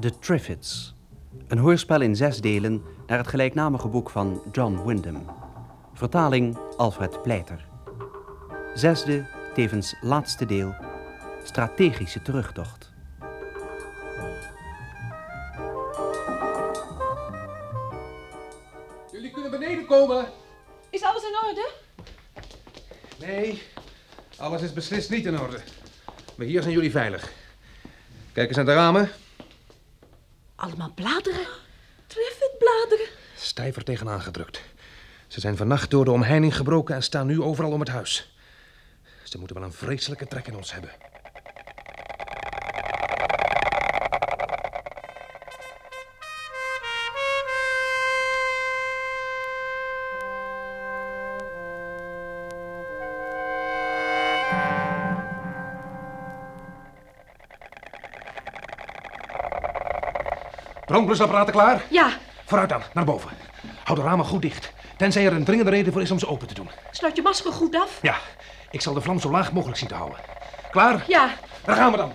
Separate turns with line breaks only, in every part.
The Triffids. Een hoorspel in zes delen naar het gelijknamige boek van John Wyndham. Vertaling Alfred Pleiter. Zesde, tevens laatste deel, Strategische terugtocht.
Jullie kunnen beneden komen.
Is alles in orde?
Nee, alles is beslist niet in orde. Maar hier zijn jullie veilig. Kijk eens naar de ramen.
Allemaal bladeren. Treffend bladeren.
Stijver tegenaan gedrukt. Ze zijn vannacht door de omheining gebroken en staan nu overal om het huis. Ze moeten wel een vreselijke trek in ons hebben. Brandblusapparaten klaar?
Ja,
Vooruit dan, naar boven. Hou de ramen goed dicht. Tenzij er een dringende reden voor is om ze open te doen.
sluit je masker goed af.
Ja, ik zal de vlam zo laag mogelijk zien te houden. Klaar?
Ja,
Daar gaan we dan.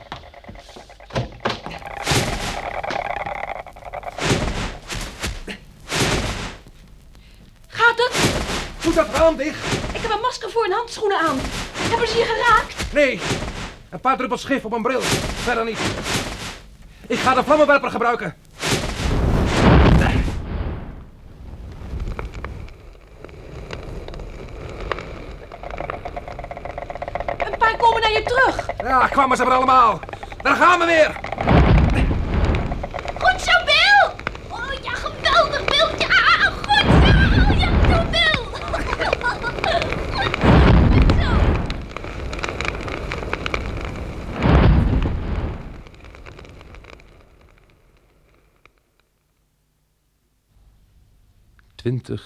gaat het?
Doe dat raam dicht.
Ik heb een masker voor en handschoenen aan. Hebben ze je geraakt?
Nee, een paar druppels gif op een bril. Verder niet. Ik ga de vlammenwerper gebruiken.
Een paar komen naar je terug.
Ja, kwamen ze er allemaal. Daar gaan we weer.
Goed zo, Bill! Oh ja, geweldig, Billtje! Ah, ah, goed zo! Oh ja, zo, Bill! Goed zo!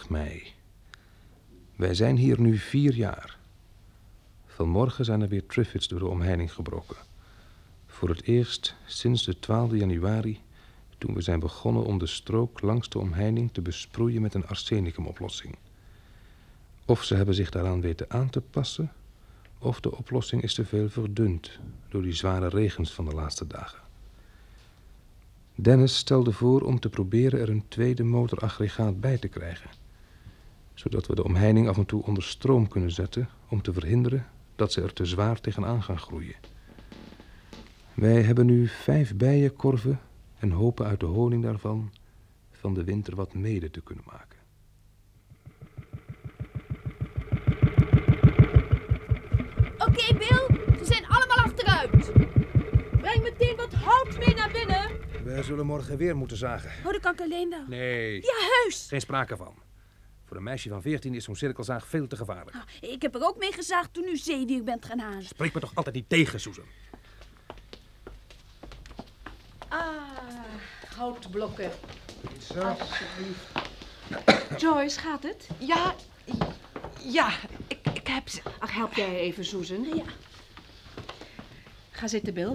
mei. Wij zijn hier nu vier jaar. Vanmorgen zijn er weer Triffids door de omheining gebroken. Voor het eerst sinds de 12 januari, toen we zijn begonnen om de strook langs de omheining te besproeien met een arsenicumoplossing. Of ze hebben zich daaraan weten aan te passen, of de oplossing is te veel verdund door die zware regens van de laatste dagen. Dennis stelde voor om te proberen er een tweede motoraggregaat bij te krijgen, zodat we de omheining af en toe onder stroom kunnen zetten om te verhinderen dat ze er te zwaar tegenaan gaan groeien. Wij hebben nu vijf bijenkorven en hopen uit de honing daarvan van de winter wat mede te kunnen maken.
Oké, Bill, ze zijn allemaal achteruit.
Breng meteen wat hout mee naar binnen.
Wij zullen morgen weer moeten zagen.
Oh, dat kan ik alleen wel.
Nee,
Ja, heus.
geen sprake van. Voor een meisje van 14 is zo'n cirkelzaag veel te gevaarlijk.
Ah,
Ik heb er ook mee gezaagd toen u zeewier bent gaan halen.
Spreek me toch altijd niet tegen, Susan.
Ah, houtblokken. Alsjeblieft. Joyce, gaat het?
Ja, ja, ik, ik heb ze.
Ach, help jij even, Susan. Ja. Ga zitten, Bill.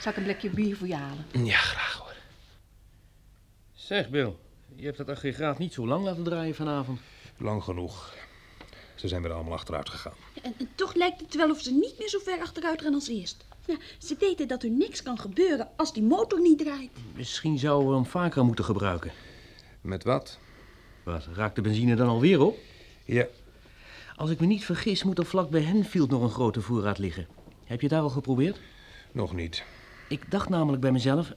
Zal ik een blikje bier voor je halen?
Ja, graag hoor.
Zeg Bill, je hebt dat aggregaat niet zo lang laten draaien vanavond.
Lang genoeg. Ze zijn weer allemaal achteruit gegaan.
En, en toch lijkt het wel of ze niet meer zo ver achteruit gaan als eerst. Ja, ze weten dat er niks kan gebeuren als die motor niet draait.
Misschien zouden we hem vaker moeten gebruiken.
Met wat?
Wat, raakt de benzine dan alweer op?
Ja.
Als ik me niet vergis, moet er vlak bij Henfield nog een grote voorraad liggen. Heb je het daar al geprobeerd?
Nog niet.
Ik dacht namelijk bij mezelf,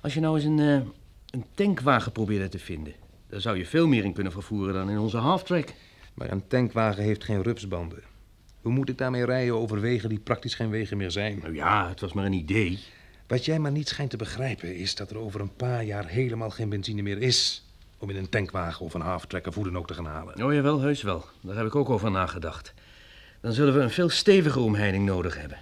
als je nou eens een, eh, een tankwagen probeerde te vinden... daar zou je veel meer in kunnen vervoeren dan in onze halftrack.
Maar een tankwagen heeft geen rupsbanden. Hoe moet ik daarmee rijden over wegen die praktisch geen wegen meer zijn?
Nou ja, het was maar een idee.
Wat jij maar niet schijnt te begrijpen is dat er over een paar jaar helemaal geen benzine meer is. Om in een tankwagen of een halftrack of hoe dan ook te gaan halen.
Oh jawel, heus wel. Daar heb ik ook over nagedacht. Dan zullen we een veel steviger omheining nodig hebben.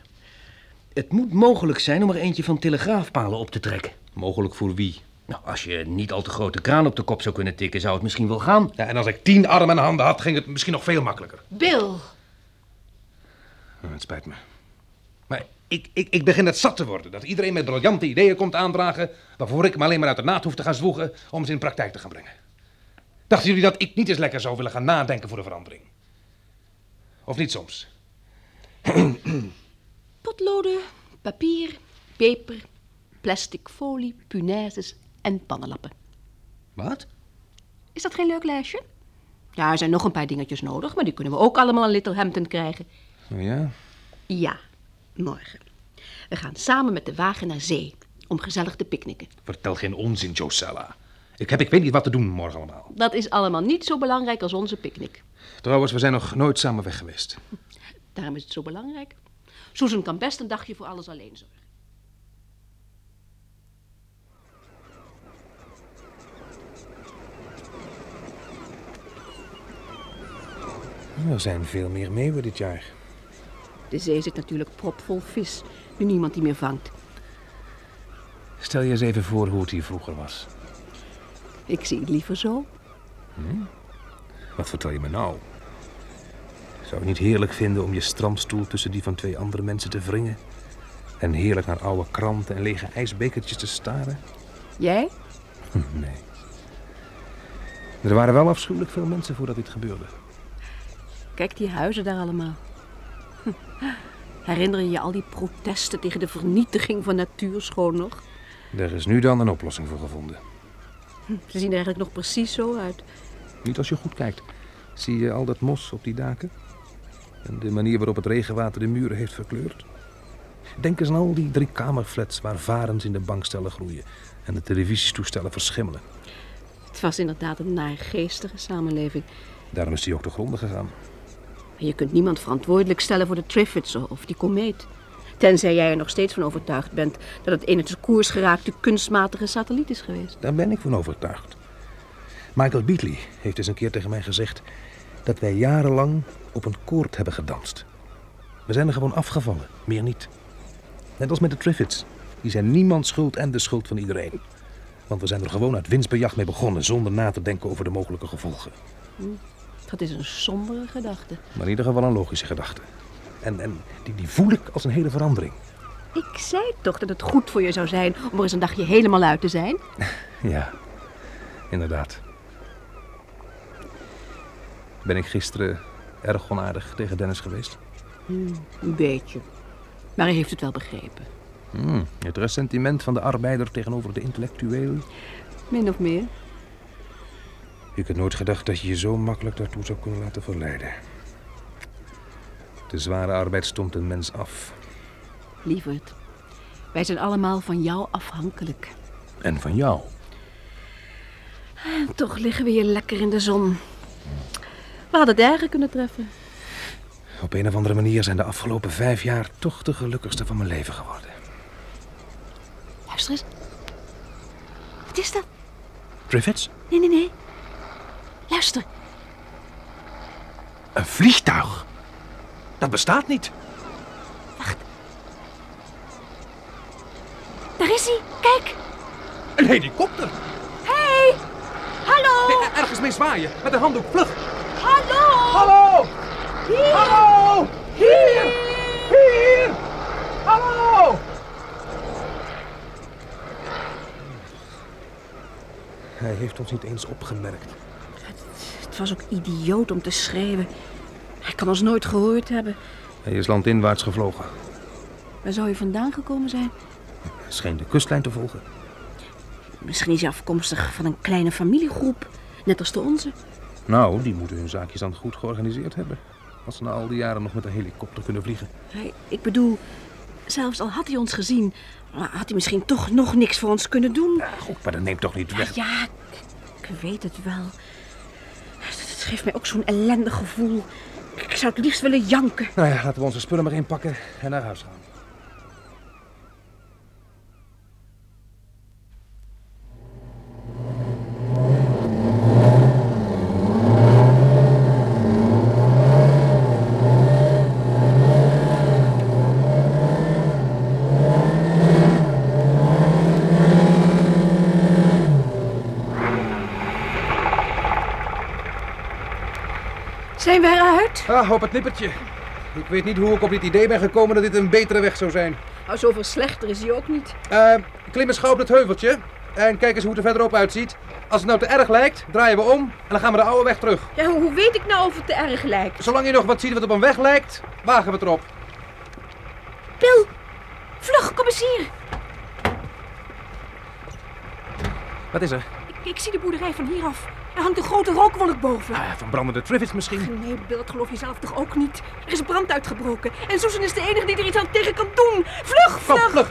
Het moet mogelijk zijn om er eentje van telegraafpalen op te trekken.
Mogelijk voor wie?
Nou, als je niet al te grote kraan op de kop zou kunnen tikken, zou het misschien wel gaan.
Ja, en als ik tien armen en handen had, ging het misschien nog veel makkelijker.
Bill!
Nou, het spijt me. Maar ik, ik, ik begin het zat te worden dat iedereen met briljante ideeën komt aandragen. waarvoor ik me alleen maar uit de naad hoef te gaan zwoegen om ze in praktijk te gaan brengen. Dachten jullie dat ik niet eens lekker zou willen gaan nadenken voor de verandering? Of niet soms?
Potloden, papier, peper,
plastic folie, punaises en pannenlappen.
Wat?
Is dat geen leuk lijstje? Ja, er zijn nog een paar dingetjes nodig, maar die kunnen we ook allemaal in Littlehampton krijgen.
Nou
Oh ja?
Ja, morgen. We gaan samen met de wagen naar zee om gezellig te picknicken.
Vertel geen onzin, Josella. Ik heb ik weet niet wat te doen morgen allemaal.
Dat is allemaal niet zo belangrijk als onze picknick.
Trouwens, we zijn nog nooit samen weg geweest.
Daarom is het zo belangrijk. Susan kan best een dagje voor alles alleen zorgen.
Er zijn veel meer meeuwen dit jaar.
De zee zit natuurlijk propvol vis, nu niemand die meer vangt.
Stel je eens even voor hoe het hier vroeger was.
Ik zie het liever zo.
Hm? Wat vertel je me nou? Zou je het niet heerlijk vinden om je stramstoel tussen die van twee andere mensen te wringen? En heerlijk naar oude kranten en lege ijsbekertjes te staren?
Jij?
Nee. Er waren wel afschuwelijk veel mensen voordat dit gebeurde.
Kijk die huizen daar allemaal. Hm. Herinner je je al die protesten tegen de vernietiging van natuurschoon nog?
Er is nu dan een oplossing voor gevonden.
Hm. Ze zien er eigenlijk nog precies zo uit.
Niet als je goed kijkt. Zie je al dat mos op die daken? En de manier waarop het regenwater de muren heeft verkleurd? Denk eens aan al die driekamerflats waar varens in de bankstellen groeien en de televisietoestellen verschimmelen.
Het was inderdaad een naargeestige samenleving.
Daarom is die ook te gronden gegaan.
Maar je kunt niemand verantwoordelijk stellen voor de Triffids of die komeet. Tenzij jij er nog steeds van overtuigd bent dat het in het koers geraakte kunstmatige satelliet is geweest.
Daar ben ik van overtuigd. Michael Beatley heeft eens een keer tegen mij gezegd dat wij jarenlang op een koord hebben gedanst. We zijn er gewoon afgevallen, meer niet. Net als met de Triffids. Die zijn niemands schuld en de schuld van iedereen. Want we zijn er gewoon uit winstbejag mee begonnen, zonder na te denken over de mogelijke gevolgen.
Hm. Dat is een sombere gedachte.
Maar in ieder geval een logische gedachte. En, en die, die voel ik als een hele verandering.
Ik zei toch dat het goed voor je zou zijn om er eens een dagje helemaal uit te zijn?
Ja, inderdaad. Ben ik gisteren erg onaardig tegen Dennis geweest?
Hm, Een beetje. Maar hij heeft het wel begrepen.
Het ressentiment van de arbeider tegenover de intellectueel.
Min of meer.
Ik had nooit gedacht dat je je zo makkelijk daartoe zou kunnen laten verleiden. De zware arbeid stond een mens af.
Lieverd, wij zijn allemaal van jou afhankelijk.
En van jou.
En Ah, toch liggen we hier lekker in de zon. We hadden het erger kunnen treffen.
Op een of andere manier zijn de afgelopen vijf jaar toch de gelukkigste van mijn leven geworden.
Luister eens. Wat is dat?
Trivets?
Nee, nee, nee. Luister.
Een vliegtuig? Dat bestaat niet.
Daar is hij. Kijk.
Een helikopter?
Hallo.
Ergens mee zwaaien, met een handdoek vlug.
Hallo.
Hallo! Hallo! Hier! Hier! Hallo! Hij heeft ons niet eens opgemerkt.
Het was ook idioot om te schreeuwen. Hij kan ons nooit gehoord hebben.
Hij is landinwaarts gevlogen.
Waar zou hij vandaan gekomen zijn?
Hij scheen de kustlijn te volgen.
Misschien is hij afkomstig van een kleine familiegroep. Net als de onze.
Nou, die moeten hun zaakjes dan goed georganiseerd hebben. Als ze na al die jaren nog met een helikopter kunnen vliegen.
Hij- Ik bedoel, zelfs al had hij ons gezien, had hij misschien toch nog niks voor ons kunnen doen.
Goed, maar dat neemt toch niet weg.
Ja, ik, ik weet het wel. Het het geeft mij ook zo'n ellendig gevoel. Ik zou het liefst willen janken.
Nou ja, laten we onze spullen maar inpakken en naar huis gaan.
Zijn we eruit?
Ah, op het nippertje. Ik weet niet hoe ik op dit idee ben gekomen dat dit een betere weg zou zijn.
Nou, zoveel slechter is hij ook niet.
Eh, klim eens gauw op dat heuveltje. En kijk eens hoe het er verderop uitziet. Als het nou te erg lijkt, draaien we om en dan gaan we de oude weg terug.
Ja, hoe, hoe weet ik nou of het te erg lijkt?
Zolang je nog wat ziet wat op een weg lijkt, wagen we het erop.
Pil, vlug, kom eens hier.
Wat is er?
Ik, ik zie de boerderij van hieraf. Er hangt een grote rookwolk boven.
Ah, van brandende Trivets misschien?
Nee, Bill, dat geloof je zelf toch ook niet? Er is brand uitgebroken. En Susan is de enige die er iets aan tegen kan doen. Vlug,
Kom,
vlug!
vlug!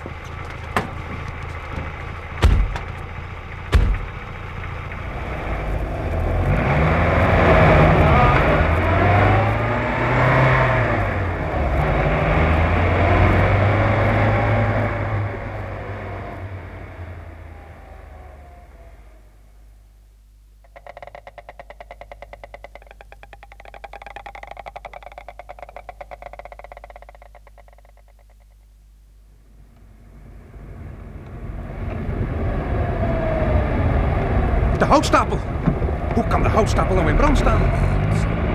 De houtstapel! Hoe kan de houtstapel nou in brand staan?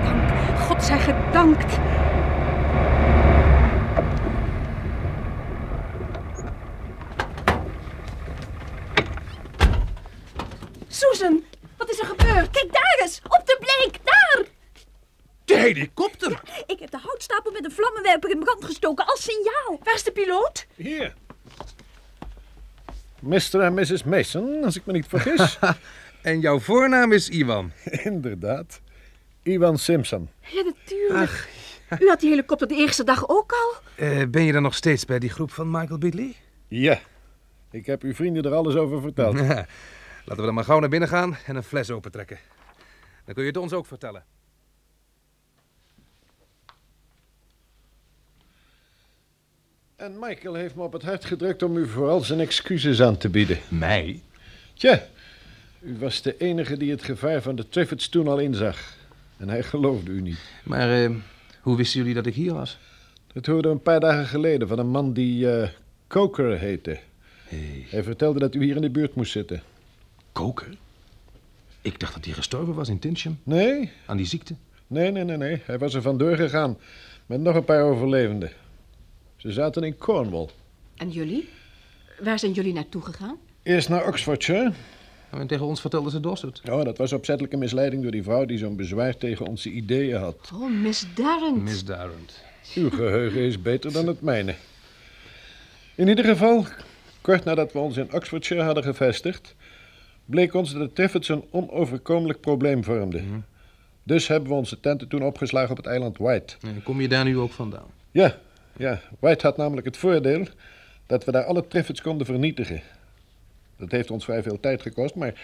Dank, God zij gedankt. Susan, wat is er gebeurd?
Kijk daar eens, op de bleek, daar!
De helikopter!
Ik heb de houtstapel met een vlammenwerper in brand gestoken als signaal.
Waar is de piloot?
Hier. Mr. en Mrs. Mason, als ik me niet vergis.
En jouw voornaam is Iwan.
Inderdaad. Iwan Simpson.
Ja, natuurlijk. U had die helikopter de eerste dag ook al.
Eh, ben je dan nog steeds bij die groep van Michael Bidley?
Ja. Ik heb uw vrienden er alles over verteld.
Laten we dan maar gauw naar binnen gaan en een fles opentrekken. Dan kun je het ons ook vertellen.
En Michael heeft me op het hart gedrukt om u vooral zijn excuses aan te bieden.
Mij?
Tja, u was de enige die het gevaar van de Triffids toen al inzag. En hij geloofde u niet.
Maar eh, hoe wisten jullie dat ik hier was?
Dat hoorde een paar dagen geleden van een man die eh, Coker heette. Hij vertelde dat u hier in de buurt moest zitten.
Koker? Ik dacht dat hij gestorven was in Tinsham,
Nee,
aan die ziekte.
Nee, nee, nee, nee. Hij was er vandoor gegaan. Met nog een paar overlevenden. Ze zaten in Cornwall.
En jullie? Waar zijn jullie naartoe gegaan?
Eerst naar Oxfordshire.
En tegen ons vertelden ze Dorset.
Oh, dat was opzettelijke misleiding door die vrouw die zo'n bezwaar tegen onze ideeën had.
Oh, misdarend.
Misdarend.
Uw geheugen is beter dan het mijne. In ieder geval, kort nadat we ons in Oxfordshire hadden gevestigd, bleek ons dat Triffids een onoverkomelijk probleem vormde.
Mhm.
Dus hebben we onze tenten toen opgeslagen op het eiland White.
Eh, Kom je daar nu ook vandaan?
Ja, ja. White had namelijk het voordeel dat we daar alle treffers konden vernietigen. Dat heeft ons vrij veel tijd gekost, maar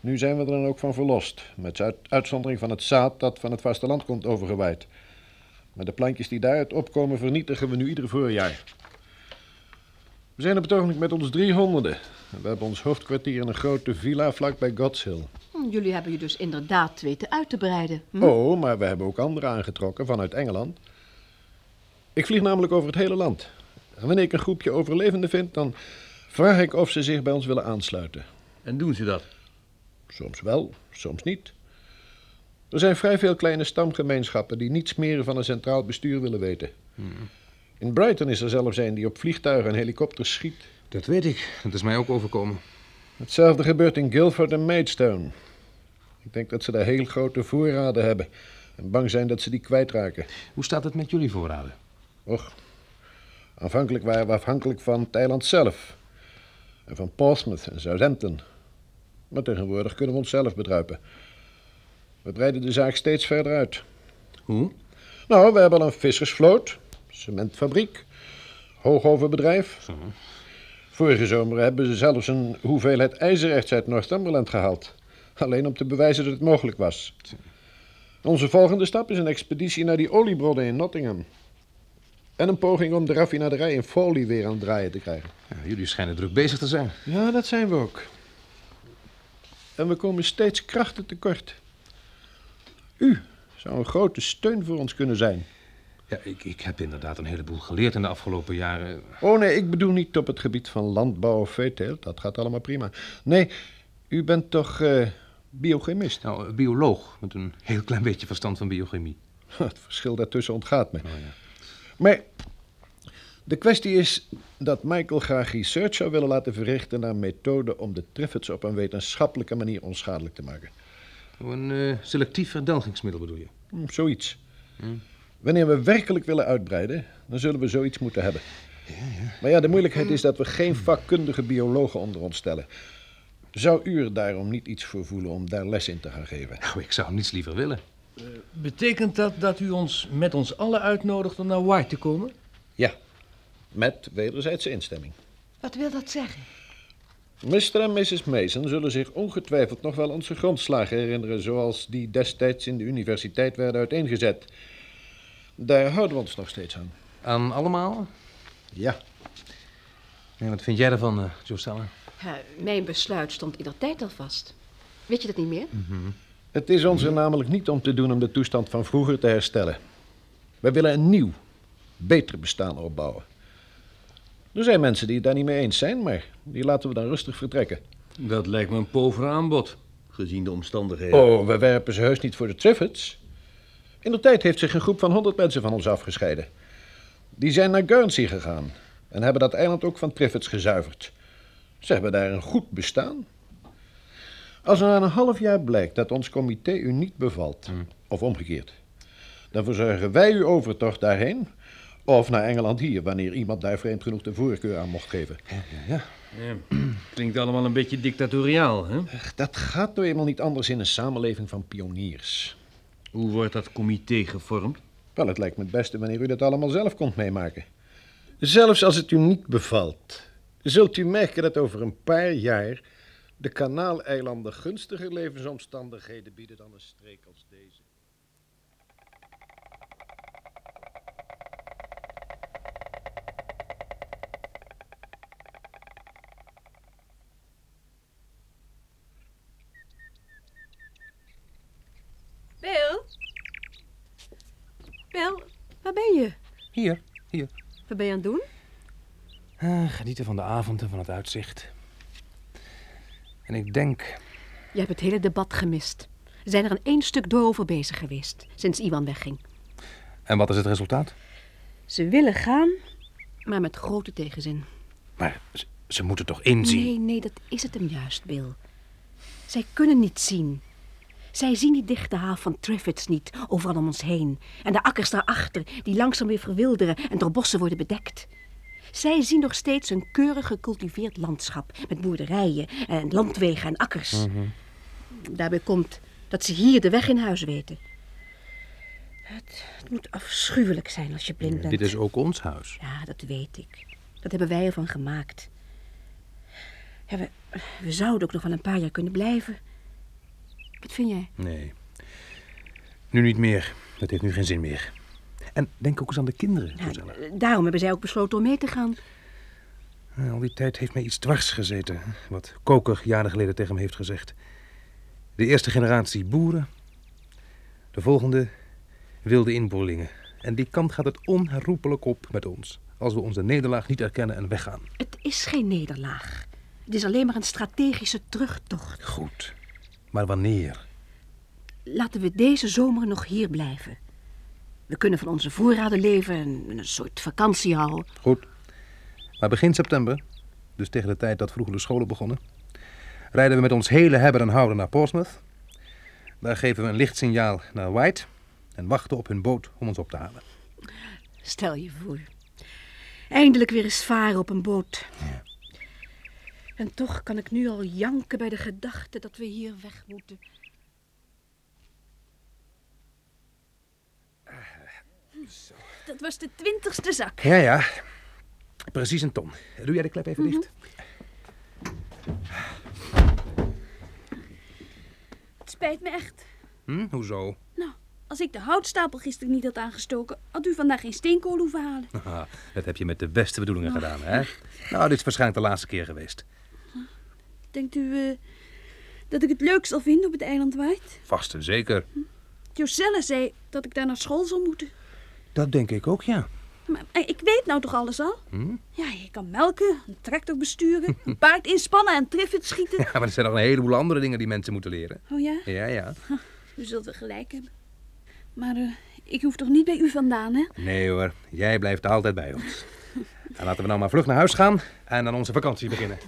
nu zijn we er dan ook van verlost. Met zui- uitzondering van het zaad dat van het vasteland komt overgewaaid. Maar de plantjes die daaruit opkomen vernietigen we nu ieder voorjaar. We zijn op het ogenblik met ons driehonderden. We hebben ons hoofdkwartier in een grote villa vlakbij God's Hill.
Hm, Jullie hebben je dus inderdaad weten uit te breiden. Hm?
Oh, maar we hebben ook anderen aangetrokken vanuit Engeland. Ik vlieg namelijk over het hele land. En wanneer ik een groepje overlevenden vind, dan vraag ik of ze zich bij ons willen aansluiten.
En doen ze dat?
Soms wel, soms niet. Er zijn vrij veel kleine stamgemeenschappen die niets meer van een centraal bestuur willen weten. In Brighton is er zelfs een die op vliegtuigen en helikopters schiet.
Dat weet ik. Dat is mij ook overkomen.
Hetzelfde gebeurt in Guildford en Maidstone. Ik denk dat ze daar heel grote voorraden hebben en bang zijn dat ze die kwijtraken.
Hoe staat het met jullie voorraden?
Och, aanvankelijk waren we afhankelijk van het eiland zelf. En van Portsmouth en Southampton. Maar tegenwoordig kunnen we onszelf bedruipen. We breiden de zaak steeds verder uit.
Hoe?
Nou, we hebben al een vissersvloot, cementfabriek, hoogoverbedrijf.
Mhm.
Vorige zomer hebben ze zelfs een hoeveelheid ijzererts uit Northumberland gehaald. Alleen om te bewijzen dat het mogelijk was. Onze volgende stap is een expeditie naar die oliebronnen in Nottingham. En een poging om de raffinaderij in Foley weer aan het draaien te krijgen.
Ja, jullie schijnen druk bezig te zijn.
Ja, dat zijn we ook. En we komen steeds krachten tekort. U zou een grote steun voor ons kunnen zijn.
Ja, ik, ik heb inderdaad een heleboel geleerd in de afgelopen jaren.
Oh nee, ik bedoel niet op het gebied van landbouw of veeteelt. Dat gaat allemaal prima. Nee, u bent toch eh, biochemist?
Nou, een bioloog met een heel klein beetje verstand van biochemie. Oh,
Het verschil daartussen ontgaat me. Maar de kwestie is dat Michael graag research zou willen laten verrichten naar methoden om de treffers op een wetenschappelijke manier onschadelijk te maken.
Een eh, selectief verdelgingsmiddel bedoel je?
Hm, Zoiets. Wanneer we werkelijk willen uitbreiden, dan zullen we zoiets moeten hebben. Maar ja, de moeilijkheid is dat we geen vakkundige biologen onder ons stellen. Zou u er daarom niet iets voor voelen om daar les in te gaan geven?
Nou, ik zou niets liever willen.
Eh, Betekent dat dat u ons met ons allen uitnodigt om naar White te komen?
Ja, met wederzijdse instemming.
Wat wil dat zeggen?
Mr. en Mrs. Mason zullen zich ongetwijfeld nog wel onze grondslagen herinneren, zoals die destijds in de universiteit werden uiteengezet. Daar houden we ons nog steeds aan.
Aan allemaal?
Ja.
En wat vind jij ervan, eh Josella?
Ja, mijn besluit stond in dat tijd al vast. Weet je dat niet meer?
Het is ons er namelijk niet om te doen om de toestand van vroeger te herstellen. Wij willen een nieuw, beter bestaan opbouwen. Er zijn mensen die het daar niet mee eens zijn, maar die laten we dan rustig vertrekken.
Dat lijkt me een pover aanbod, gezien de omstandigheden.
Oh, we werpen ze heus niet voor de Triffids. In de tijd heeft zich een groep van honderd mensen van ons afgescheiden. Die zijn naar Guernsey gegaan en hebben dat eiland ook van Triffids gezuiverd. Ze hebben daar een goed bestaan. Als er na een half jaar blijkt dat ons comité u niet bevalt, of omgekeerd, dan verzorgen wij uw overtocht daarheen of naar Engeland hier, wanneer iemand daar vreemd genoeg de voorkeur aan mocht geven.
Ja. Klinkt allemaal een beetje dictatoriaal, hè?
Dat gaat nou eenmaal niet anders in een samenleving van pioniers.
Hoe wordt dat comité gevormd?
Wel, het lijkt me het beste wanneer u dat allemaal zelf komt meemaken. Zelfs als het u niet bevalt, zult u merken dat over een paar jaar de kanaaleilanden gunstiger levensomstandigheden bieden dan een streek als deze.
Bill? Bill, waar ben je?
Hier, hier.
Wat ben je aan het doen?
genieten van de avond en van het uitzicht. En ik denk,
Je hebt het hele debat gemist. We zijn er aan één stuk door over bezig geweest, sinds Iwan wegging.
en wat is het resultaat?
Ze willen gaan, maar met grote tegenzin.
Maar ze, ze moeten toch inzien?
Nee, nee, dat is het hem juist, Bill. Zij kunnen niet zien. Zij zien die dichte haaf van Triffids niet, overal om ons heen. En de akkers daarachter, die langzaam weer verwilderen en door bossen worden bedekt. Zij zien nog steeds een keurig gecultiveerd landschap met boerderijen en landwegen en akkers.
Mhm.
Daarbij komt dat ze hier de weg in huis weten. Het, het moet afschuwelijk zijn als je blind bent.
Dit is ook ons huis.
Ja, dat weet ik. Dat hebben wij ervan gemaakt. Ja, we, we zouden ook nog wel een paar jaar kunnen blijven. Wat vind jij?
Nee. Nu niet meer. Dat heeft nu geen zin meer. En denk ook eens aan de kinderen,
Nou,
Josella.
daarom hebben zij ook besloten om mee te gaan.
Eh, Al die tijd heeft mij iets dwars gezeten, wat Koker jaren geleden tegen me heeft gezegd. De eerste generatie boeren, de volgende wilde inboorlingen. En die kant gaat het onherroepelijk op met ons, als we onze nederlaag niet erkennen en weggaan.
Het is geen nederlaag. Het is alleen maar een strategische terugtocht.
Goed, maar wanneer?
Laten we deze zomer nog hier blijven. We kunnen van onze voorraden leven en een soort vakantie houden.
Goed. Maar begin september, dus tegen de tijd dat vroeger de scholen begonnen, rijden we met ons hele hebben en houden naar Portsmouth. Daar geven we een lichtsignaal naar White en wachten op hun boot om ons op te halen.
Stel je voor. Eindelijk weer eens varen op een boot. En toch kan ik nu al janken bij de gedachte dat we hier weg moeten.
Dat was de twintigste zak.
Ja, ja. Precies een ton. Doe jij de klep even dicht?
Het spijt me echt.
Hm? Hoezo?
Nou,
Als ik de houtstapel gisteren niet had aangestoken, had u vandaag geen steenkool hoeven halen.
Haha, dat heb je met de beste bedoelingen gedaan, hè? Nou, dit is waarschijnlijk de laatste keer geweest.
Denkt u eh, dat ik het leuk zal vinden op het eiland White?
Vast en zeker.
Joselle zei dat ik daar naar school zal moeten.
Dat denk ik ook, ja.
Maar eh, ik weet nou toch alles al? Ja, je kan melken, een tractor besturen, een paard inspannen en triffet schieten.
Ja, maar er zijn nog een heleboel andere dingen die mensen moeten leren.
Oh ja,
Ja, ja.
u zult wel gelijk hebben. Maar eh, ik hoef toch niet bij u vandaan, hè?
Nee hoor, jij blijft altijd bij ons. En laten we nou maar vlug naar huis gaan en aan onze vakantie beginnen.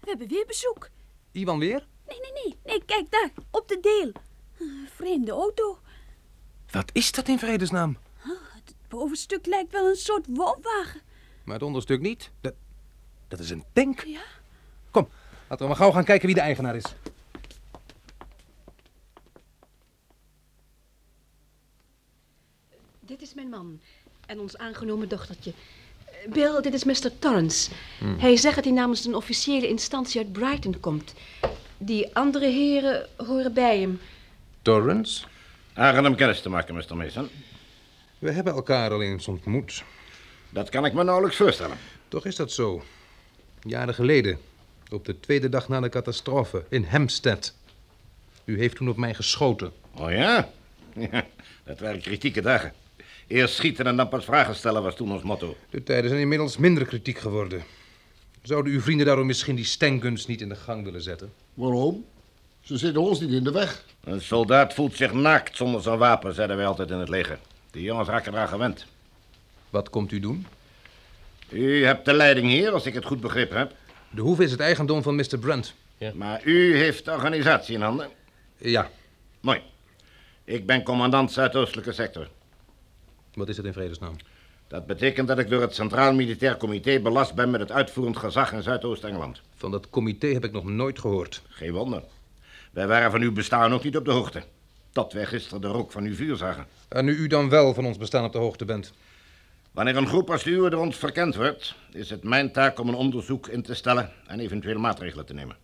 We hebben weer bezoek.
Iwan weer?
Nee, nee, nee. Nee, kijk daar. Op de deel. Eh, vreemde auto.
Wat is dat in vredesnaam?
Het bovenstuk lijkt wel een soort woonwagen.
Maar het onderstuk niet. Dat, dat is een tank. Ja? Kom, laten we maar gauw gaan kijken wie de eigenaar is.
Dit is mijn man en ons aangenomen dochtertje. Eh, Bill, dit is Mr. Torrance.
Hmm.
Hij zegt dat hij namens een officiële instantie uit Brighton komt. Die andere heren horen bij hem.
Torrance?
Aangenaam kennis te maken, Mr. Mason.
We hebben elkaar al eens ontmoet.
Dat kan ik me nauwelijks voorstellen.
Toch is dat zo. Jaren geleden, op de tweede dag na de catastrofe in Hampstead. U heeft toen op mij geschoten.
Oh ja? Ja, dat waren kritieke dagen. Eerst schieten en dan pas vragen stellen was toen ons motto.
De tijden zijn inmiddels minder kritiek geworden. Zouden uw vrienden daarom misschien die stenguns niet in de gang willen zetten?
Waarom? Ze zitten ons niet in de weg. Een soldaat voelt zich naakt zonder zijn wapen, zeiden wij altijd in het leger. Die jongens raken eraan gewend.
Wat komt u doen?
U hebt de leiding hier, als ik het goed begrepen heb.
De hoeve is het eigendom van Mr. Brandt.
Maar u heeft de organisatie in handen?
Ja.
Mooi. Ik ben commandant Zuidoostelijke Sector.
Wat is dat in vredesnaam?
Dat betekent dat ik door het Centraal Militair Comité belast ben met het uitvoerend gezag in Zuidoost-Engeland.
Van dat comité heb ik nog nooit gehoord.
Geen wonder. Wij waren van uw bestaan ook niet op de hoogte. Tot wij gisteren de rook van uw vuur zagen.
En nu u dan wel van ons bestaan op de hoogte bent.
Wanneer een groep als de uwe door ons verkend wordt, is het mijn taak om een onderzoek in te stellen en eventueel maatregelen te nemen.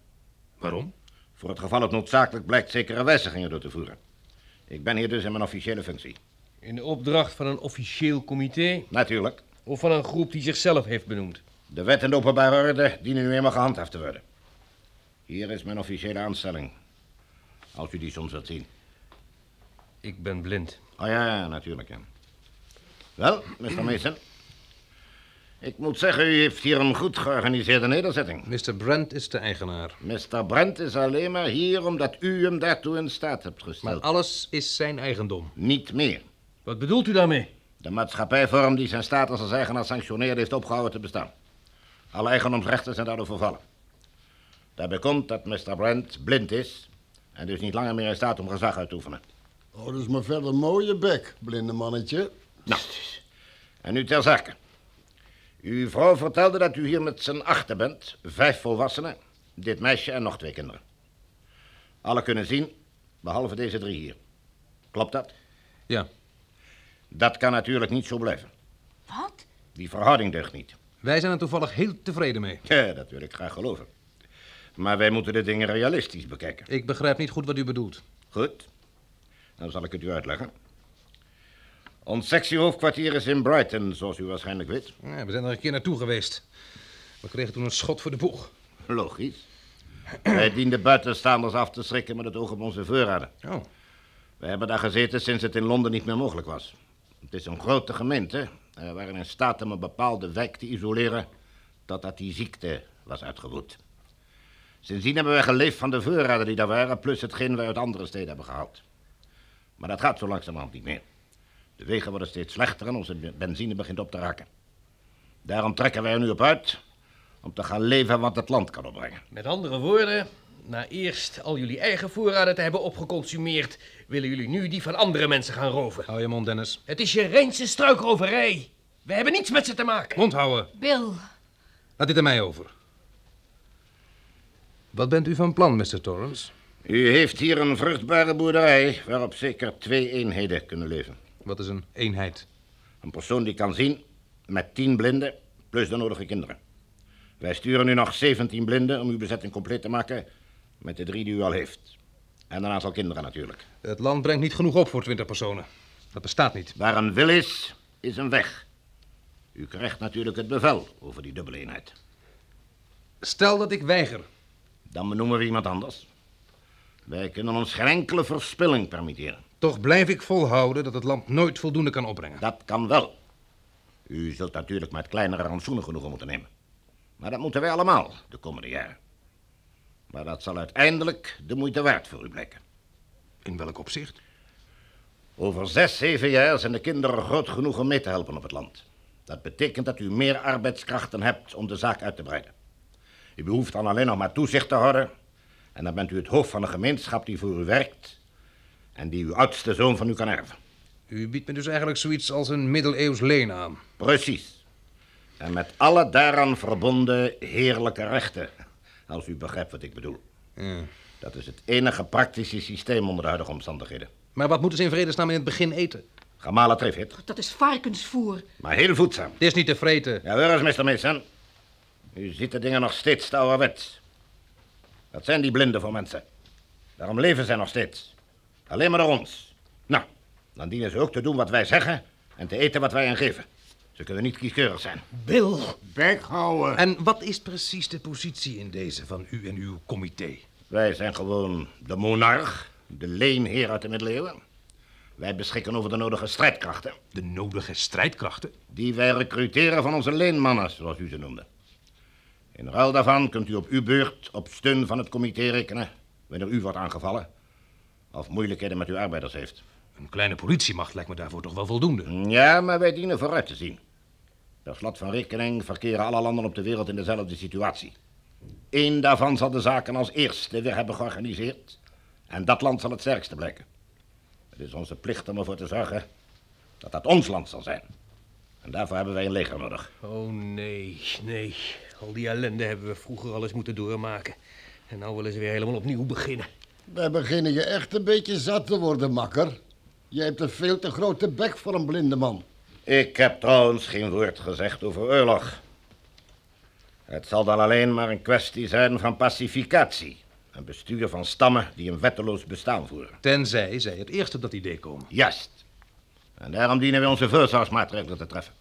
Waarom?
Voor het geval het noodzakelijk blijkt zekere wijzigingen door te voeren. Ik ben hier dus in mijn officiële functie.
In de opdracht van een officieel comité?
Natuurlijk.
Of van een groep die zichzelf heeft benoemd?
De wet en de openbare orde dienen nu eenmaal gehandhaafd te worden. Hier is mijn officiële aanstelling. Als u die soms wilt zien.
Ik ben blind.
Oh ja, ja, natuurlijk. Ja. Wel, Mr. Mason. Ik moet zeggen, u heeft hier een goed georganiseerde nederzetting.
Mr. Brent is de eigenaar.
Mr. Brent is alleen maar hier omdat u hem daartoe in staat hebt gesteld.
Maar alles is zijn eigendom.
Niet meer.
Wat bedoelt u daarmee?
De maatschappijvorm die zijn status als eigenaar sanctioneerde heeft opgehouden te bestaan. Alle eigendomsrechten zijn daardoor vervallen. Daarbij komt dat Mr. Brent blind is en dus niet langer meer in staat om gezag uit te oefenen.
Oh, dat is maar verder een mooie bek, blinde mannetje.
Nou, en nu ter zake. Uw vrouw vertelde dat u hier met z'n achter bent. Vijf volwassenen, dit meisje en nog twee kinderen. Alle kunnen zien, behalve deze drie hier. Klopt dat?
Ja.
Dat kan natuurlijk niet zo blijven.
Wat?
Die verhouding deugt niet.
Wij zijn er toevallig heel tevreden mee.
Ja, dat wil ik graag geloven. Maar wij moeten de dingen realistisch bekijken.
Ik begrijp niet goed wat u bedoelt.
Goed. Dan zal ik het u uitleggen. Ons sectiehoofdkwartier is in Brighton, zoals u waarschijnlijk weet.
Ja, we zijn er een keer naartoe geweest. We kregen toen een schot voor de boeg.
Logisch. Wij dienden buitenstaanders af te schrikken met het oog op onze voorraden.
Oh.
We hebben daar gezeten sinds het in Londen niet meer mogelijk was. Het is een grote gemeente. En we waren in staat om een bepaalde wijk te isoleren totdat die ziekte was uitgebroed. Sindsdien hebben wij geleefd van de voorraden die daar waren, plus hetgeen wij uit andere steden hebben gehaald. Maar dat gaat zo langzamerhand niet meer. De wegen worden steeds slechter en onze benzine begint op te raken. Daarom trekken wij er nu op uit om te gaan leven wat het land kan opbrengen.
Met andere woorden, na eerst al jullie eigen voorraden te hebben opgeconsumeerd, willen jullie nu die van andere mensen gaan roven.
Hou je mond, Dennis.
Het is je reinste struikroverij. We hebben niets met ze te maken.
Mond houden.
Bill.
Laat dit aan mij over. Wat bent u van plan, Mr. Torrance?
U heeft hier een vruchtbare boerderij waarop zeker twee eenheden kunnen leven.
Wat is een eenheid?
Een persoon die kan zien met tien blinden plus de nodige kinderen. Wij sturen nu nog 17 blinden om uw bezetting compleet te maken met de drie die u al heeft. En een aantal kinderen natuurlijk.
Het land brengt niet genoeg op voor 20 personen. Dat bestaat niet.
Waar een wil is, is een weg. U krijgt natuurlijk het bevel over die dubbele eenheid.
Stel dat ik weiger.
Dan benoemen we iemand anders. Wij kunnen ons geen enkele verspilling permitteren.
Toch blijf ik volhouden dat het land nooit voldoende kan opbrengen.
Dat kan wel. U zult natuurlijk met kleinere rantsoenen genoegen moeten nemen. Maar dat moeten wij allemaal de komende jaren. Maar dat zal uiteindelijk de moeite waard voor u blijken.
In welk opzicht?
Over zes, zeven jaar zijn de kinderen groot genoeg om mee te helpen op het land. Dat betekent dat u meer arbeidskrachten hebt om de zaak uit te breiden. U behoeft dan alleen nog maar toezicht te houden. En dan bent u het hoofd van een gemeenschap die voor u werkt. En die uw oudste zoon van u kan erven.
U biedt me dus eigenlijk zoiets als een middeleeuws leen aan.
Precies. En met alle daaraan verbonden heerlijke rechten. Als u begrijpt wat ik bedoel. Dat is het enige praktische systeem onder de huidige omstandigheden.
Maar wat moeten ze in vredesnaam in het begin eten?
Gamala trefit.
Dat is varkensvoer.
Maar heel voedzaam.
Dit is niet te vreten.
Ja, hoor eens, Mr. Mason. U ziet de dingen nog steeds te ouderwets. Dat zijn die blinden voor mensen. Daarom leven zij nog steeds. Alleen maar door ons. Nou, dan dienen ze ook te doen wat wij zeggen en te eten wat wij hen geven. Ze kunnen niet kieskeurig zijn.
Bill!
Bek houden.
En wat is precies de positie in deze van u en uw comité?
Wij zijn gewoon de monarch, de leenheer uit de middeleeuwen. Wij beschikken over de nodige strijdkrachten.
De nodige strijdkrachten?
Die wij recruteren van onze leenmannen, zoals u ze noemde. In ruil daarvan kunt u op uw beurt op steun van het comité rekenen... wanneer u wordt aangevallen of moeilijkheden met uw arbeiders heeft.
Een kleine politiemacht lijkt me daarvoor toch wel voldoende.
Ja, maar wij dienen vooruit te zien. Per slot van rekening verkeren alle landen op de wereld in dezelfde situatie. Eén daarvan zal de zaken als eerste weer hebben georganiseerd. En dat land zal het sterkste blijken. Het is onze plicht om ervoor te zorgen dat dat ons land zal zijn. En daarvoor hebben wij een leger nodig.
Oh nee, nee. Al die ellende hebben we vroeger al eens moeten doormaken. En nou willen ze weer helemaal opnieuw beginnen.
Wij beginnen je echt een beetje zat te worden, makker. Je hebt een veel te grote bek voor een blinde man.
Ik heb trouwens geen woord gezegd over oorlog. Het zal dan alleen maar een kwestie zijn van pacificatie. Een bestuur van stammen die een wetteloos bestaan voeren.
Tenzij zij het eerst op dat idee komen.
Juist. En daarom dienen we onze voorzorgsmaatregelen te treffen.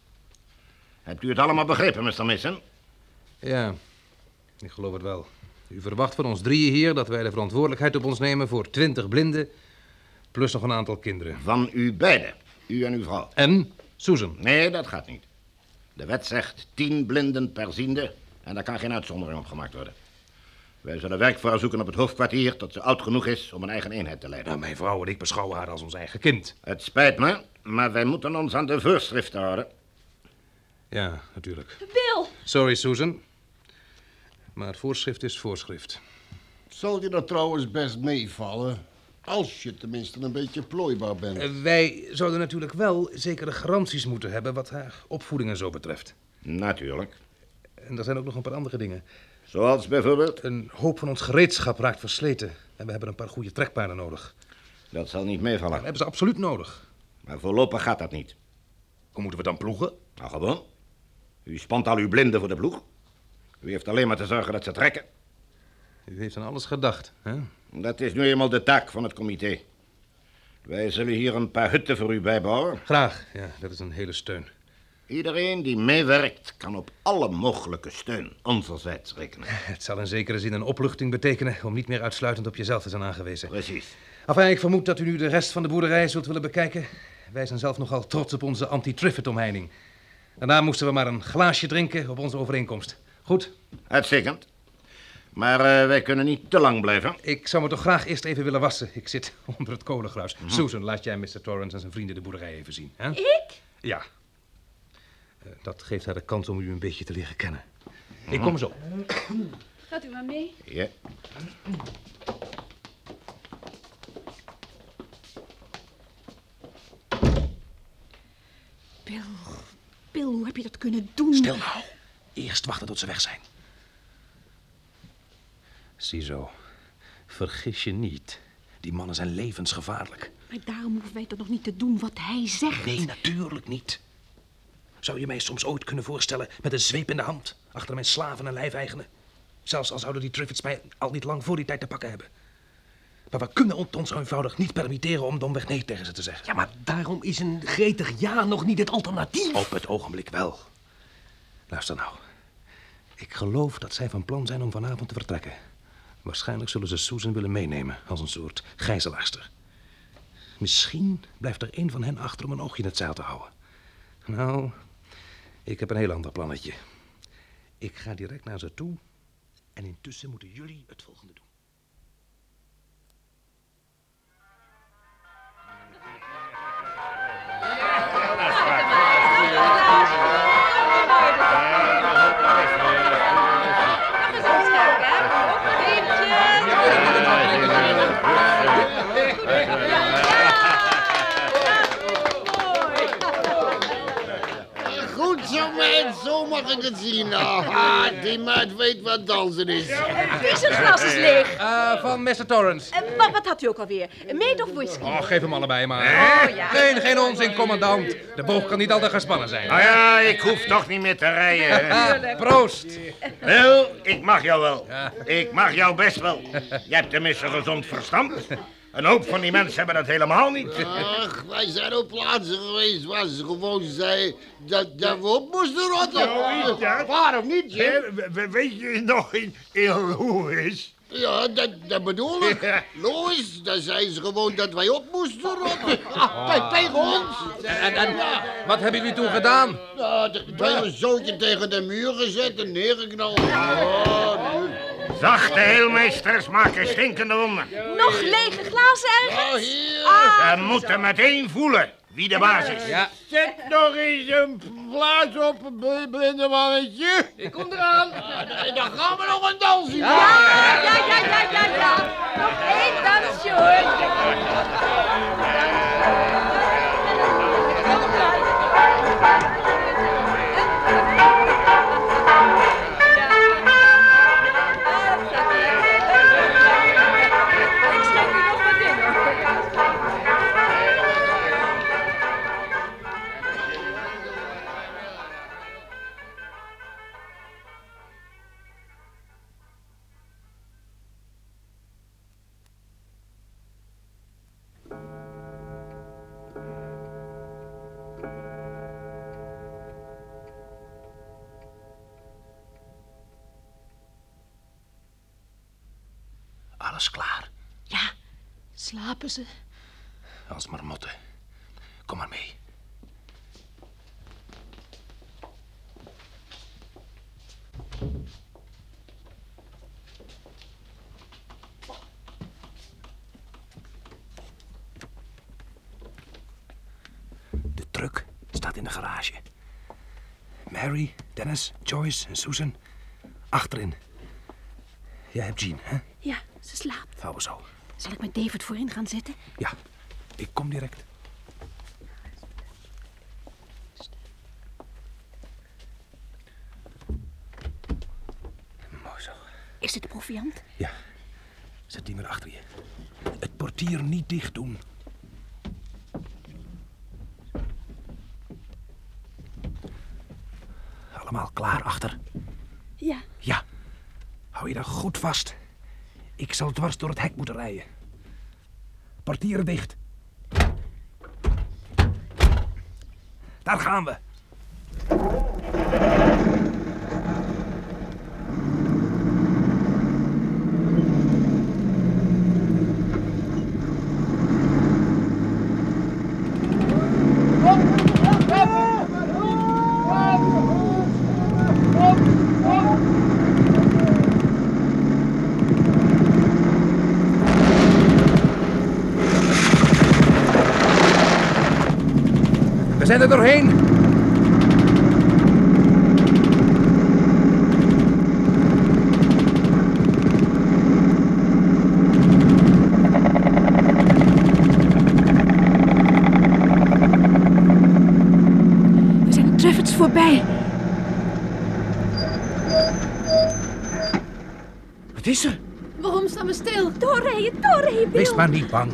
Hebt u het allemaal begrepen, Mr. Mason?
Ja, ik geloof het wel. U verwacht van ons drieën hier dat wij de verantwoordelijkheid op ons nemen voor twintig blinden. plus nog een aantal kinderen.
Van u beiden, u en uw vrouw.
En Susan.
Nee, dat gaat niet. De wet zegt tien blinden per ziende en daar kan geen uitzondering op gemaakt worden. Wij zullen werk voor haar zoeken op het hoofdkwartier tot ze oud genoeg is om een eigen eenheid te leiden.
Nou, mijn vrouw en ik beschouwen haar als ons eigen kind.
Het spijt me, maar wij moeten ons aan de voorschriften houden.
Ja, natuurlijk.
Bill!
Sorry, Susan. Maar voorschrift is voorschrift.
Zal je dat trouwens best meevallen? Als je tenminste een beetje plooibaar bent.
Eh, Wij zouden natuurlijk wel zekere garanties moeten hebben wat haar opvoeding en zo betreft.
Natuurlijk.
En er zijn ook nog een paar andere dingen.
Zoals bijvoorbeeld?
Een hoop van ons gereedschap raakt versleten. En we hebben een paar goede trekpaarden nodig.
Dat zal niet
Dat
meevallen.
hebben ze absoluut nodig.
Maar voorlopig gaat dat niet.
Hoe moeten we dan ploegen?
Nou, gewoon. U spant al uw blinden voor de ploeg. U heeft alleen maar te zorgen dat ze trekken.
U heeft aan alles gedacht, hè?
Dat is nu eenmaal de taak van het comité. Wij zullen hier een paar hutten voor u bijbouwen.
Graag. Ja, dat is een hele steun.
Iedereen die meewerkt kan op alle mogelijke steun onzerzijds rekenen.
Het zal in zekere zin een opluchting betekenen om niet meer uitsluitend op jezelf te zijn aangewezen.
Precies.
Enfin, ik vermoed dat u nu de rest van de boerderij zult willen bekijken. Wij zijn zelf nogal trots op onze anti-Triffid-omheining. Daarna moesten we maar een glaasje drinken op onze overeenkomst. Goed,
Uitstekend. Maar eh, wij kunnen niet te lang blijven.
ik zou me toch graag eerst even willen wassen. Ik zit onder het kolengruis. Susan, laat jij Mr. Torrance en zijn vrienden de boerderij even zien. Hè?
Ik?
Ja. Eh, dat geeft haar de kans om u een beetje te leren kennen. Ik kom zo.
Gaat u maar mee?
Ja.
Bill, Bill, hoe heb je dat kunnen doen?
Stil nou. Eerst wachten tot ze weg zijn. Ziezo. Vergis je niet. Die mannen zijn levensgevaarlijk.
Maar daarom hoeven wij toch nog niet te doen wat hij zegt.
Nee, natuurlijk niet. Zou je mij soms ooit kunnen voorstellen met een zweep in de hand... achter mijn slaven en lijfeigenen? Zelfs al zouden die Triffids mij al niet lang voor die tijd te pakken hebben. Maar we kunnen het ons eenvoudig niet permitteren om domweg nee tegen ze te zeggen.
Ja, maar daarom is een gretig ja nog niet het alternatief.
Op het ogenblik wel. Luister nou. Ik geloof dat zij van plan zijn om vanavond te vertrekken. Waarschijnlijk zullen ze Susan willen meenemen als een soort gijzelaarster. Misschien blijft er een van hen achter om een oogje in het zeil te houden. Nou, ik heb een heel ander plannetje. Ik ga direct naar ze toe en intussen moeten jullie het volgende doen.
Dag,
heb ik het zien. Ah, die meid weet wat dansen is.
Dus het glas is leeg.
Eh, van Mr. Torrance.
Eh, wat, wat had u ook alweer? Een meet of whisky?
Oh, geef hem allebei maar.
Oh, ja.
Geen, geen onzin, commandant. De boog kan niet altijd gespannen zijn.
Nou ja, ik hoef toch niet meer te rijden.
Natuurlijk. Proost.
Wel, ik mag jou wel. Ik mag jou best wel. Je hebt tenminste gezond verstand. Een hoop van die mensen hebben dat helemaal niet.
Ach, wij zijn op plaatsen geweest waar ze gewoon zei dat, dat we op moesten rotten.
Zoiets, ja.
Waar of niet, Jim?
Hè, we- we- weet je nog in, in
Ah,
hoe is?
Ja, dat, dat bedoel ik. Lois, daar zei ze gewoon dat wij op moesten rotten. Ah, te- tegen ons.
En, en wat hebben jullie toen gedaan?
Nou, dat dat hele zootje tegen de muur gezet en neergeknald. Oh, nu.
Zachte heelmeesters maken stinkende wonden.
Nog lege glazen ergens? Ah.
Ze moeten meteen voelen wie de baas is.
Zet nog eens een plaats op, bl- blinde mannetje. Ik kom eraan. dan gaan we nog een dansje
Ja, ja, ja, ja, ja, ja. Nog één dansje hoor.
Alles klaar.
Ja, slapen ze.
Als marmotten. Kom maar mee.
De truck staat in de garage. Mary, Dennis, Joyce en Susan. Achterin. Jij hebt Jean, hè?
Ja, ze slaapt.
Vouw we zo.
Zal ik met David voorin gaan zitten?
Ja, ik kom direct. Mooi zo.
Is dit proviant?
Ja. Zet die maar achter je. Het portier niet dicht doen. Allemaal klaar achter.
Ja.
Ja. Hou je dan goed vast. Ik zal dwars door het hek moeten rijden. Portieren dicht. Daar gaan we. We zijn er doorheen.
We zijn de Triffids voorbij.
Wat is er?
Waarom staan we stil? Doorrijden, doorrijden,
Wees
Bill.
maar niet bang.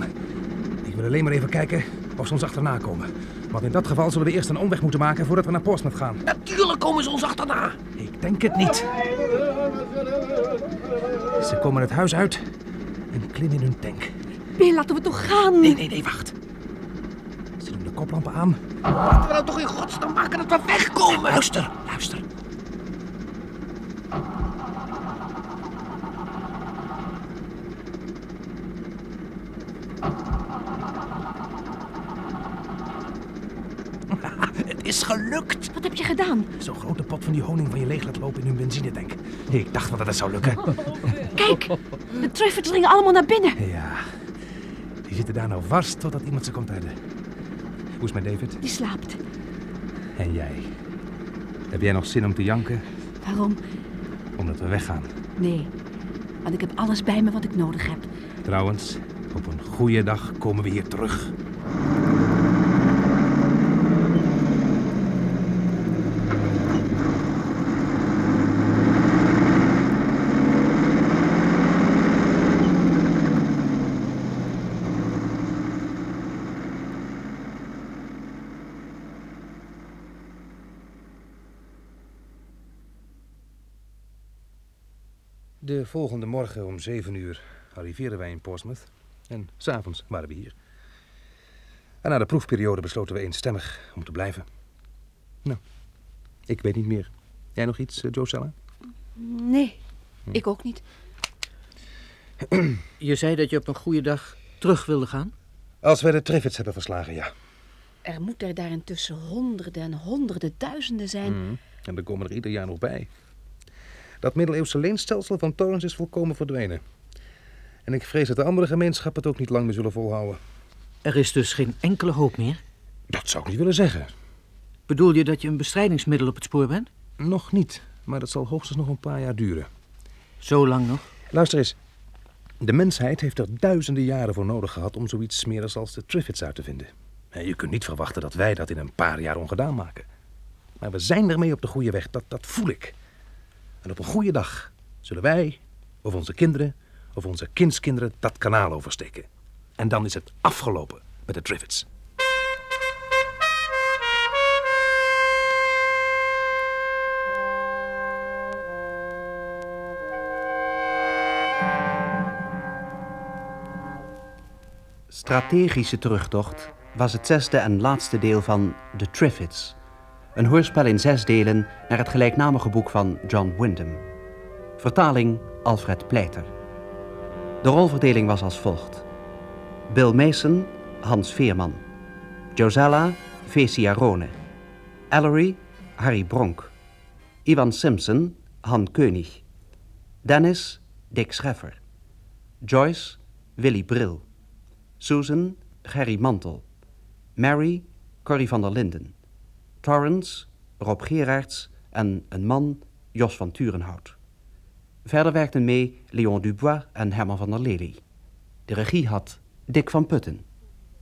Ik wil alleen maar even kijken of ze ons achterna komen. Want in dat geval zullen we eerst een omweg moeten maken voordat we naar Portsmouth gaan.
Natuurlijk komen ze ons achterna.
Ik denk het niet. Ze komen het huis uit en klimmen in hun tank.
Bill, laten we toch gaan.
Nee, nee, nee, wacht. Ze doen de koplampen aan.
Laten we nou toch in godsnaam maken dat we wegkomen.
Luister, luister. Het is gelukt.
Wat heb je gedaan?
Zo'n grote pot van die honing van je leeg laat lopen in hun benzinetank. Ik dacht wel dat het zou lukken.
Kijk, de Triffids gingen allemaal naar binnen.
Ja, die zitten daar nou vast totdat iemand ze komt redden. Hoe is het met David?
Die slaapt.
En jij? Heb jij nog zin om te janken?
Waarom?
Omdat we weggaan.
Nee. Want ik heb alles bij me wat ik nodig heb.
Trouwens, op een goede dag komen we hier terug. De volgende morgen om zeven uur arriveren wij in Portsmouth. En s'avonds waren we hier. En na de proefperiode besloten we eenstemmig om te blijven. Nou, ik weet niet meer. Jij nog iets, eh, Josella?
Nee, ik ook niet.
Je zei dat je op een goede dag terug wilde gaan?
Als wij de Triffids hebben verslagen, ja.
Er moet er daarintussen honderden en honderden duizenden zijn.
Mhm. En er komen er ieder jaar nog bij. Dat middeleeuwse leenstelsel van torens is volkomen verdwenen. En ik vrees dat de andere gemeenschappen het ook niet lang meer zullen volhouden.
Er is dus geen enkele hoop meer?
Dat zou ik niet willen zeggen.
Bedoel je dat je een bestrijdingsmiddel op het spoor bent?
Nog niet, maar dat zal hoogstens nog een paar jaar duren.
Zo lang nog?
Luister eens. De mensheid heeft er duizenden jaren voor nodig gehad om zoiets smerigs als de Triffids uit te vinden. En je kunt niet verwachten dat wij dat in een paar jaar ongedaan maken. Maar we zijn ermee op de goede weg, dat, dat voel ik. En op een goede dag zullen wij, of onze kinderen, of onze kindskinderen dat kanaal oversteken. En dan is het afgelopen met de Triffids.
Strategische terugtocht was het zesde en laatste deel van The Triffids. Een hoorspel in zes delen naar het gelijknamige boek van John Wyndham. Vertaling Alfred Pleiter. De rolverdeling was als volgt. Bill Mason, Hans Veerman. Josella, Vesia Rone. Ellery, Harry Bronk. Ivan Simpson, Han König. Dennis, Dick Scheffer. Joyce, Willy Bril. Susan, Gerry Mantel. Mary, Corrie van der Linden. Torrance, Rob Gerards en een man, Jos van Turenhout. Verder werkten mee Leon Dubois en Herman van der Lely. De regie had Dick van Putten.